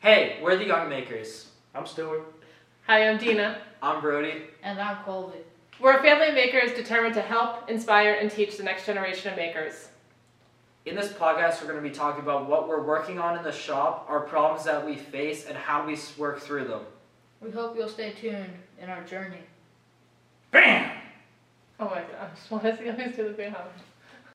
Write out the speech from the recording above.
Hey, we're the Young Makers. I'm Stuart. Hi, I'm Dina. I'm Brody. And I'm Colby. We're a family of makers determined to help, inspire, and teach the next generation of makers. In this podcast, we're going to be talking about what we're working on in the shop, our problems that we face, and how we s- work through them. We hope you'll stay tuned in our journey. Bam! Oh my gosh, why does he always do the big hug?